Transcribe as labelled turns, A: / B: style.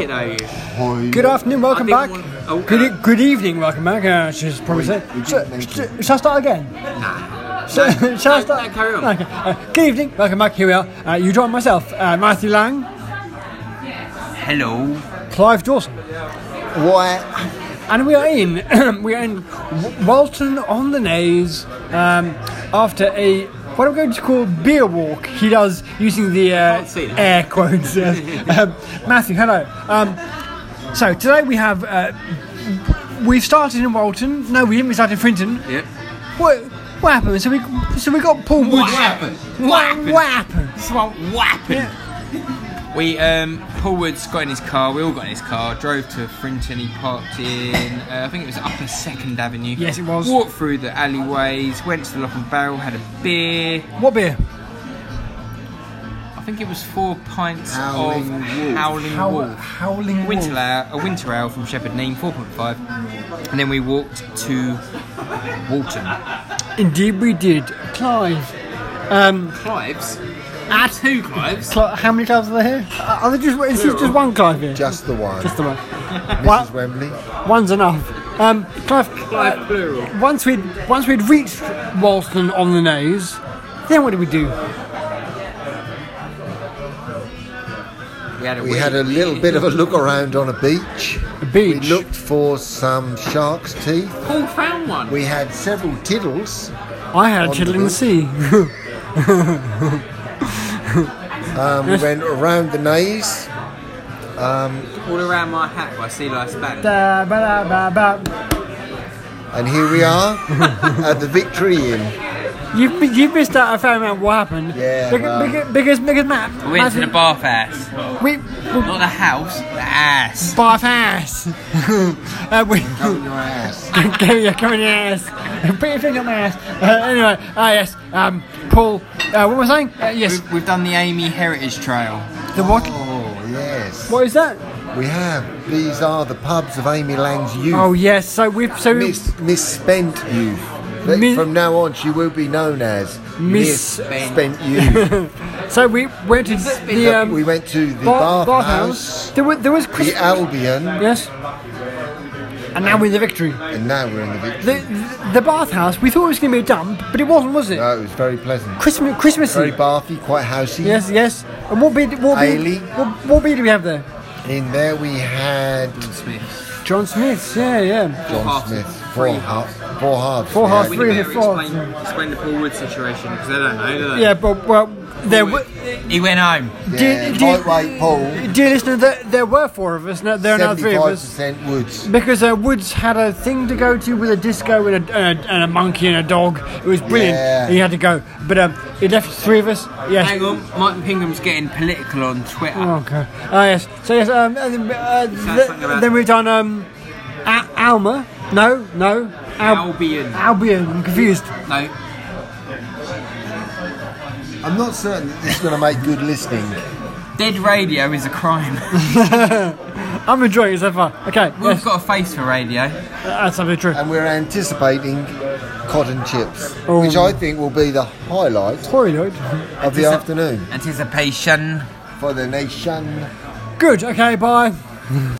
A: it are you?
B: Good afternoon, welcome
A: I
B: back.
A: think one- oh, uh, okay.
B: Good, e- good evening, welcome back. Uh, she's probably said. So, so- shall I start again? Nah. So, shall I
A: No,
B: start?
A: no, carry on.
B: Okay. Uh, good evening, welcome back. Here we are. Uh, you join myself, uh, Matthew Lang,
A: Hello.
B: Clive Dawson,
C: Why?
B: and we are in we are in W- Walton on the Naze um, after a what I'm going to call beer walk. He does using the uh,
A: Can't see that.
B: air quotes. yes. um, Matthew, hello. Um, so today we have. Uh, We've started in Walton. No, we didn't. We started in Frinton.
A: Yep.
B: What, what happened? So we so we got Paul Woods.
A: happened?
B: What happened? What happened?
A: This is what what happened. We um, Paul Woods got in his car. We all got in his car. Drove to Frinton. He parked in. Uh, I think it was Upper Second Avenue.
B: Yes, it was.
A: Walked through the alleyways. Went to the Lock and Barrel. Had a beer.
B: What beer?
A: I think it was four pints
C: Howling
A: of
C: Wolf.
A: Howling
B: Howl,
A: Wolf.
B: howling
A: Winter
B: wolf.
A: ale, a winter ale from Shepherd Name 4.5, and then we walked to Walton.
B: Indeed, we did. Clive. Um,
A: Clives? Ah, two Clives.
B: Cl- how many Clives are there here? Uh, Are there just is this just one Clive here?
C: Just the one.
B: Just the one.
C: Mrs.
B: One-
C: Wembley.
B: one's enough. Um, Clive.
A: Clive
B: Uh,
A: plural.
B: once we'd once we'd reached Walton on the nose, then what did we do?
A: We had a,
C: We had a little bit of a look around on a beach.
B: A beach.
C: We looked for some shark's teeth.
A: Paul found one.
C: We had several tiddles.
B: I had a
C: on
B: tiddle
C: the
B: in the
C: beach.
B: sea.
C: Um, we went around the naze.
A: All around my hat by sea lice band.
B: Da, ba, da, ba, ba.
C: And here we are at the Victory Inn.
B: You've, you've missed out a fair amount of what happened.
C: Yeah,
B: Because,
C: well.
B: because, because, because Matt.
A: We went to the
B: Matthew-
A: bath ass.
B: We
A: Not the house, the ass.
B: buy ass. uh, we
C: Coming your ass.
B: go yeah, come in your ass. Put your finger up my ass. Uh, anyway, ah yes, um, Paul. Uh, what was I saying? Uh, yes,
A: We've, we've done the Amy Heritage Trail.
B: the what?
C: Oh, yes.
B: What is that?
C: We have. These are the pubs of Amy Lang's youth.
B: Oh yes, so we've so we-
C: Miss misspent youth. That
B: Mi-
C: From now on, she will be known as
B: Miss-
C: Misspent Youth.
B: so we went to the um,
C: we went to the
B: bar-
C: bathhouse,
B: There was there was Chris.
C: the Albion,
B: yes. And now we're in the victory.
C: and now we're in the Victory.
B: The, the, the bathhouse, we thought it was going to be a dump, but it wasn't, was it?
C: No, it was very pleasant.
B: Christmas, Christmassy.
C: Very bathy, quite housey.
B: Yes, yes. And what beer, what beer,
C: Ale.
B: what, what beer do we have there?
C: In there we had
A: Smith.
B: John Smith's, yeah, yeah.
C: John
A: halves.
C: Smith, four
A: Three
C: halves. Four halves.
B: Four
C: we
B: halves,
C: had.
A: We
B: Three
A: better
B: to four.
A: explain, explain the Paul Wood situation because they don't know, do they?
B: Yeah, but, well, there were...
A: He went home.
C: Yeah, quite right, Paul.
B: Dear listener, there, there were four of us, now, there are now three of us.
C: 75% woods.
B: Because uh, Woods had a thing to go to with a disco and a, and a, and a monkey and a dog. It was brilliant.
C: Yeah.
B: He had to go. But um, he left three of us. Yes.
A: Hang on, Martin Pingham's getting political on Twitter.
B: Oh, God. Ah, yes. So, yes, um, uh, uh, th-
A: something about-
B: then we've done um, Al- Alma. No, no. Al-
A: Albion.
B: Albion. I'm confused.
A: No,
C: I'm not certain that this is going to make good listening.
A: Dead radio is a crime.
B: I'm enjoying it so far. Okay,
A: We've
B: yes,
A: got a face for radio.
B: that's something true.
C: And we're anticipating cotton chips,
B: Oh.
C: which I think will be the highlight
B: Sorry, Lloyd.
C: of the afternoon
A: Anticipation.
C: for the nation.
B: Good. Okay. Bye.